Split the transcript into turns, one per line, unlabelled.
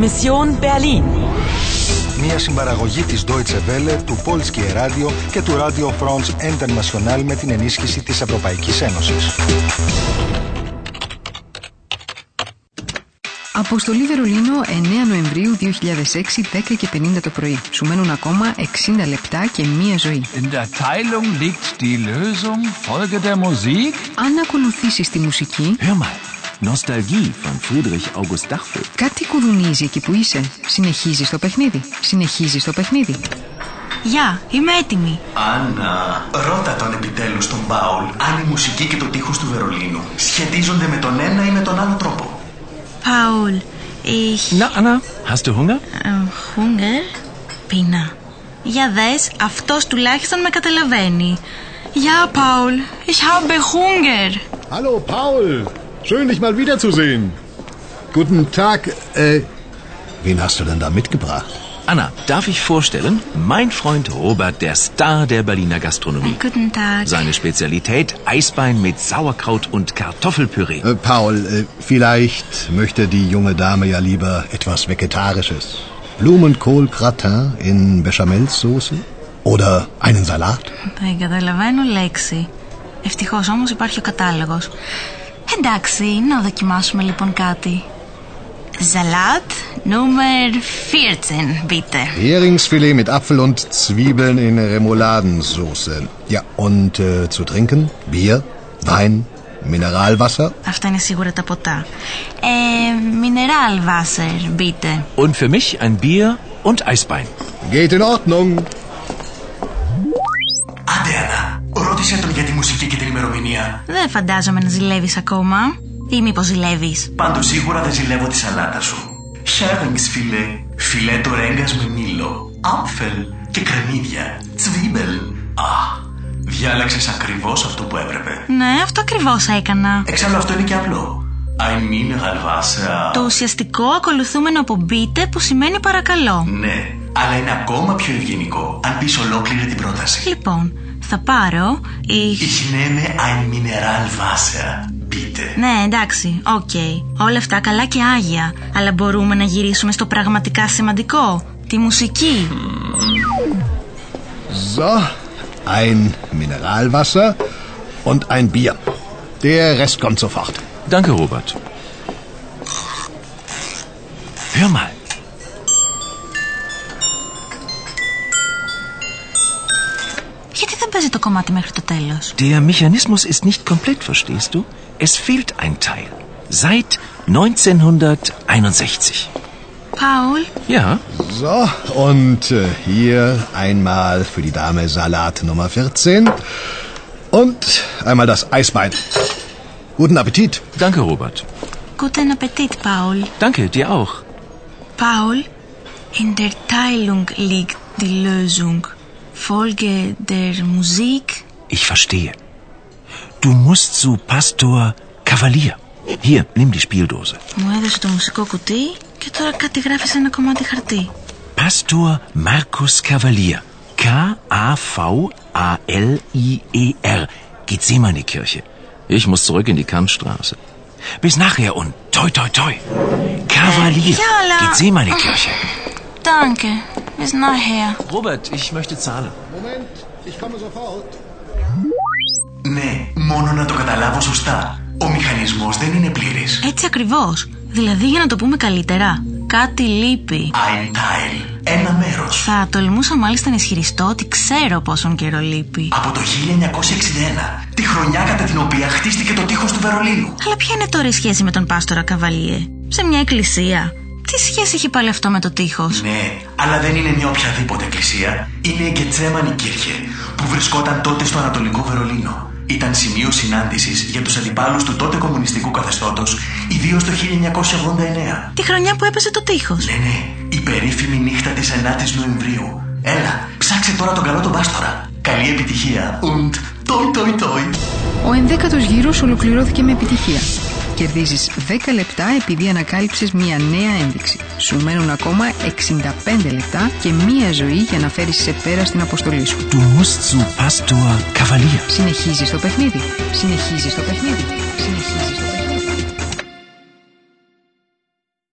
Mission Berlin.
Μια συμπαραγωγή της Deutsche Welle, του Polskie Radio και του Radio France International με την ενίσχυση της Ευρωπαϊκής Ένωσης.
Αποστολή Βερολίνο 9 Νοεμβρίου 2006, 10 και 50 το πρωί. Σου μένουν ακόμα 60 λεπτά και μία ζωή.
In der Teilung liegt die Lösung. Folge der Musik.
Αν ακολουθήσεις τη μουσική,
Hör mal, Nostalgie von Friedrich August Dachfeld.
κάτι κουδουνίζει εκεί που είσαι. Συνεχίζει το παιχνίδι. Συνεχίζει το παιχνίδι.
Γεια, είμαι έτοιμη.
Άννα, ρώτα τον επιτέλους τον Μπάουλ αν η μουσική και το τείχος του Βερολίνου σχετίζονται με τον ένα ή με τον άλλο τρόπο.
Paul, ich
Na, Anna, hast du Hunger?
äh, Hunger. Πείνα. Για δες, αυτός τουλάχιστον με καταλαβαίνει. Ja, Paul, ich habe Hunger.
Hallo Paul, schön dich mal wiederzusehen. Guten Tag, äh, wen hast du denn da mitgebracht?
Anna, darf ich vorstellen? Mein Freund Robert, der Star der Berliner Gastronomie.
Guten Tag.
Seine Spezialität Eisbein mit Sauerkraut und Kartoffelpüree.
Äh, Paul, äh, vielleicht möchte die junge Dame ja lieber etwas Vegetarisches. Blumenkohl-Gratin in Bechamelsoße oder einen Salat?
Δεν καταλαβαίνω λέξη. Ευτυχώς όμως υπάρχει ο κατάλογος. Εντάξει, να δοκιμάσουμε λοιπόν κάτι. Salat Nummer 14, bitte.
Heringsfilet mit Apfel und Zwiebeln in Remouladensauce. Ja, und äh, zu trinken? Bier, Wein, Mineralwasser?
Αυτά είναι σίγουρα τα ποτά. Ε, Mineral Wasser, bitte.
Und für mich ein Bier und Eisbein.
Geht in Ordnung.
Άντε Άννα, ρώτησε τον για τη μουσική και την ημερομηνία.
Δεν φαντάζομαι να ζηλεύεις ακόμα. Ή μήπως ζηλεύεις.
Πάντως σίγουρα δεν ζηλεύω τη σαλάτα σου. Χέρινγκσφιλέ, φιλέτο ρέγγας με μήλο, άμφελ και κρεμμύδια, τσβίμπελ. Α, διάλεξες ακριβώς αυτό που έπρεπε.
Ναι, αυτό ακριβώς έκανα.
Εξάλλου αυτό είναι και απλό. Ein Mineralwasser.
Το ουσιαστικό ακολουθούμενο από μπείτε που σημαίνει παρακαλώ.
Ναι, αλλά είναι ακόμα πιο ευγενικό αν πεις ολόκληρη την πρόταση.
Λοιπόν, θα πάρω η...
Ich nehme ein Mineralwasser, bitte.
Ναι, εντάξει, οκ. Όλα αυτά καλά και άγια. Αλλά μπορούμε να γυρίσουμε στο πραγματικά σημαντικό. Τη μουσική.
So, ein Mineralwasser und ein Bier. Der Rest kommt sofort.
Danke, Robert. Hör mal.
Γιατί δεν παίζει το κομμάτι μέχρι το τέλος.
Der Mechanismus ist nicht komplett, verstehst du? Es fehlt ein Teil. Seit 1961.
Πάουλ,
Ja,
So, und äh, hier einmal für die Dame Salat Nummer 14 und einmal das Eisbein. Guten Appetit.
danke, Robert.
guten Appetit, Paul.
Danke, dir auch.
Paul, in der Teilung liegt die Lösung. Folge der Musik.
Ich verstehe. Du musst zu Pastor Kavalier. Hier, nimm die Spieldose.
Μου έδωσε το μουσικό κουτί και τώρα κάτι γράφει σε ένα κομμάτι χαρτί.
Pastor Markus Kavalier. K-A-V-A-L-I-E-R. Gethsemane Kirche. E Ich muss zurück in die Kantstraße. Bis nachher und toi toi toi. Kavalier.
Ja, la-
Gethsemane Kirche.
Danke, bis nachher.
Robert, ich möchte zahlen.
Moment, ich komme sofort.
Ναι, μόνο να το καταλάβω σωστά. Ο μηχανισμός δεν είναι πλήρης.
Έτσι ακριβώς. Δηλαδή για να το πούμε καλύτερα. Κάτι λείπει.
Ein Teil. Ένα μέρος.
Θα τολμούσα μάλιστα να ισχυριστώ ότι ξέρω πόσον καιρό λείπει.
Από το 1961, τη χρονιά κατά την οποία χτίστηκε το τείχος του Βερολίνου.
Αλλά ποια είναι τώρα η σχέση με τον Πάστορα Καβαλιέ. Σε μια εκκλησία. Τι σχέση έχει πάλι αυτό με το τείχος.
Ναι, αλλά δεν είναι μια οποιαδήποτε εκκλησία. Είναι η Γκετσέμανη Κύρχε, που βρισκόταν τότε στο Ανατολικό Βερολίνο. Ήταν σημείο συνάντησης για τους αντιπάλους του τότε κομμουνιστικού καθεστώτος, ιδίως το 1989.
Τη χρονιά που έπεσε το τείχος.
Ναι, ναι, η περίφημη νύχτα της 9η Νοεμβρίου. Έλα, ψάξε τώρα τον καλό τον Πάστορα. Καλή επιτυχία. Und toi toi toi.
Ο ενδέκατος γύρος ολοκληρώθηκε με επιτυχία. Κερδίζεις 10 λεπτά επειδή ανακάλυψες μια νέα ένδειξη. Σου μένουν ακόμα 65 λεπτά και μία ζωή για να φέρεις σε πέρα στην αποστολή σου.
Du musst zu Pastor Kavalier.
Συνεχίζεις το παιχνίδι. Συνεχίζεις το παιχνίδι. Συνεχίζεις το παιχνίδι.